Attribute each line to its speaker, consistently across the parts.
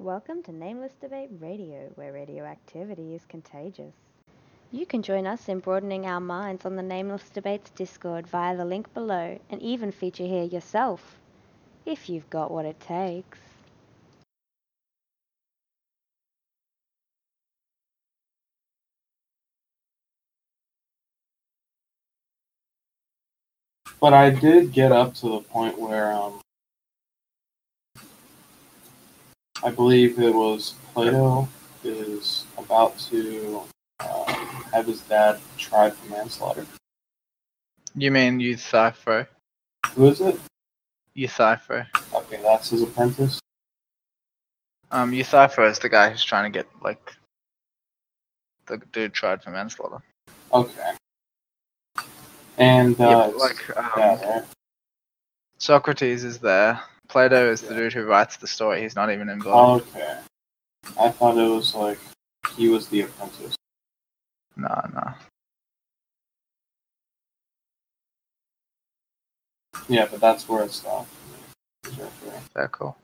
Speaker 1: Welcome to Nameless Debate Radio, where radioactivity is contagious. You can join us in broadening our minds on the Nameless Debates Discord via the link below and even feature here yourself, if you've got what it takes.
Speaker 2: But I did get up to the point where um, I believe it was Plato is about to uh, have his dad tried for manslaughter.
Speaker 3: You mean Euthyphro?
Speaker 2: Who is it?
Speaker 3: Euthyphro.
Speaker 2: Okay, that's his apprentice.
Speaker 3: Um, Euthyphro is the guy who's trying to get like the dude tried for manslaughter.
Speaker 2: Okay. And uh,
Speaker 3: yeah, but, like um,
Speaker 2: yeah, right?
Speaker 3: Socrates is there. Plato is the dude who writes the story. He's not even involved.
Speaker 2: Okay. I thought it was like he was the apprentice.
Speaker 3: No, no.
Speaker 2: Yeah, but that's where it stopped. It was right there.
Speaker 3: They're cool.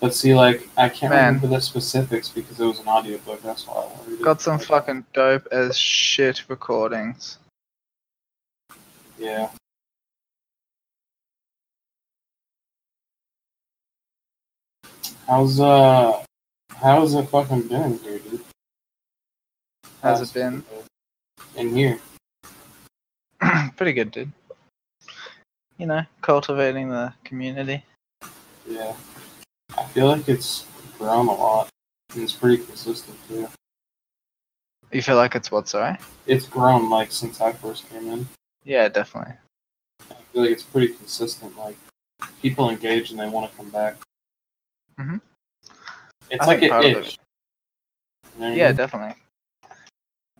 Speaker 2: But see, like I can't
Speaker 3: Man.
Speaker 2: remember the specifics because it was an audiobook. That's why I wanted to
Speaker 3: Got some fucking dope as shit recordings.
Speaker 2: Yeah. How's uh, how's it fucking been here, dude?
Speaker 3: How's
Speaker 2: Last
Speaker 3: it been?
Speaker 2: few days. In here.
Speaker 3: Pretty good, dude. You know, cultivating the community.
Speaker 2: Yeah. I feel like it's grown a lot. And it's pretty consistent too.
Speaker 3: You feel like it's what's sorry?
Speaker 2: It's grown like since I first came in.
Speaker 3: Yeah, definitely.
Speaker 2: I feel like it's pretty consistent. Like people engage and they want to come back.
Speaker 3: Mhm.
Speaker 2: It's
Speaker 3: I
Speaker 2: like
Speaker 3: think
Speaker 2: an
Speaker 3: part of
Speaker 2: itch.
Speaker 3: it-
Speaker 2: You know what I
Speaker 3: Yeah,
Speaker 2: mean?
Speaker 3: definitely.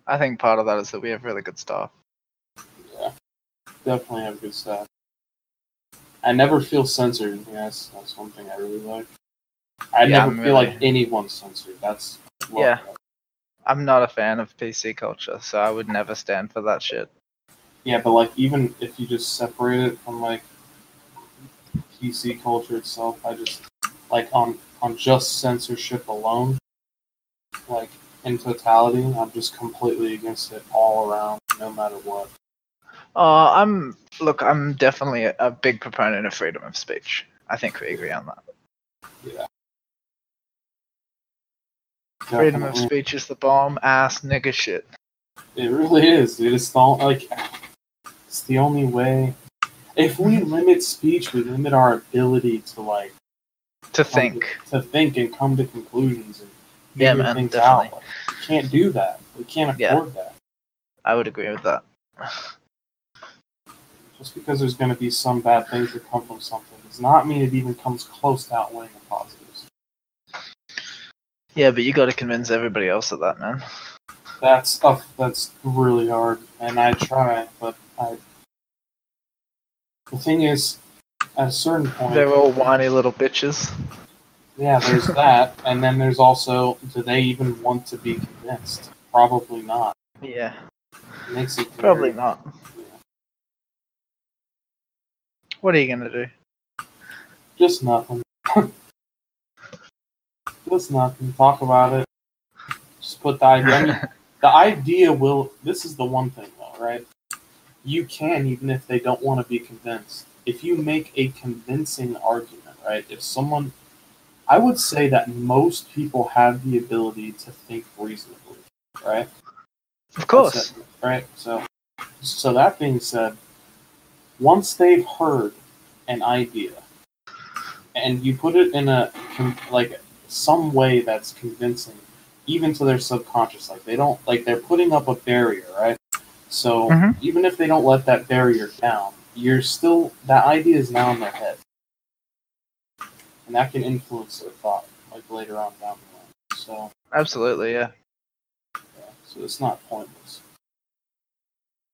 Speaker 3: I think part of that is that we have really good staff.
Speaker 2: definitely have good stuff. I never feel censored. and That's that's one thing I really like. I
Speaker 3: Yeah,
Speaker 2: never
Speaker 3: I'm
Speaker 2: feel like
Speaker 3: really-
Speaker 2: anyone's censored. That's what
Speaker 3: Yeah. I'm not a fan of PC culture, so I would never stand for that shit.
Speaker 2: Yeah, but like even if you just separate it from like PC culture itself, I just like on on just censorship alone, like in totality, I'm just completely against it all around, no matter what.
Speaker 3: Uh, I'm look. I'm definitely a, a big proponent of freedom of speech. I think we agree on that. Freedom of
Speaker 2: Definitely.
Speaker 3: speech is the bomb ass nigga shit.
Speaker 2: It really is, dude. It's the like it's the only way. If we
Speaker 3: Mm-hmm.
Speaker 2: limit speech, we limit our ability to like come to-
Speaker 3: To think.
Speaker 2: to, think and come to conclusions and
Speaker 3: Yeah,
Speaker 2: figure
Speaker 3: man,
Speaker 2: things
Speaker 3: definitely.
Speaker 2: out. Like, we can't do that. We can't
Speaker 3: Yeah.
Speaker 2: afford that.
Speaker 3: I would agree with that.
Speaker 2: Just because there's going to be some bad things that come from something does not mean it even comes close to outweighing the positives.
Speaker 3: Yeah, but you got to convince everybody else of that, man.
Speaker 2: That's uh, that's really hard, and I try, but I. The thing is, at a certain point,
Speaker 3: They're all whiny little bitches.
Speaker 2: Yeah, there's that, and then there's also do they even want to be convinced? Probably not.
Speaker 3: Yeah,
Speaker 2: It makes it very-
Speaker 3: probably not. What are you gonna do?
Speaker 2: just nothing. just nothing. Talk about it. Just put the idea. I mean, the idea will. This is the one thing, though, right? You can even if they don't want to be convinced. If you make a convincing argument, right? If someone, I would say that most people have the ability to think reasonably, right?
Speaker 3: Of course.
Speaker 2: That's it, right. So, so that being said, once they've heard an idea, and you put it in a con- like some way that's convincing, even to their subconscious, like they don't like they're putting up a barrier, right? So
Speaker 3: Mhm.
Speaker 2: even if they don't let that barrier down, you're still that idea is now in their head, and that can influence their thought like later on down the line. So
Speaker 3: Absolutely, yeah.
Speaker 2: yeah, so it's not pointless.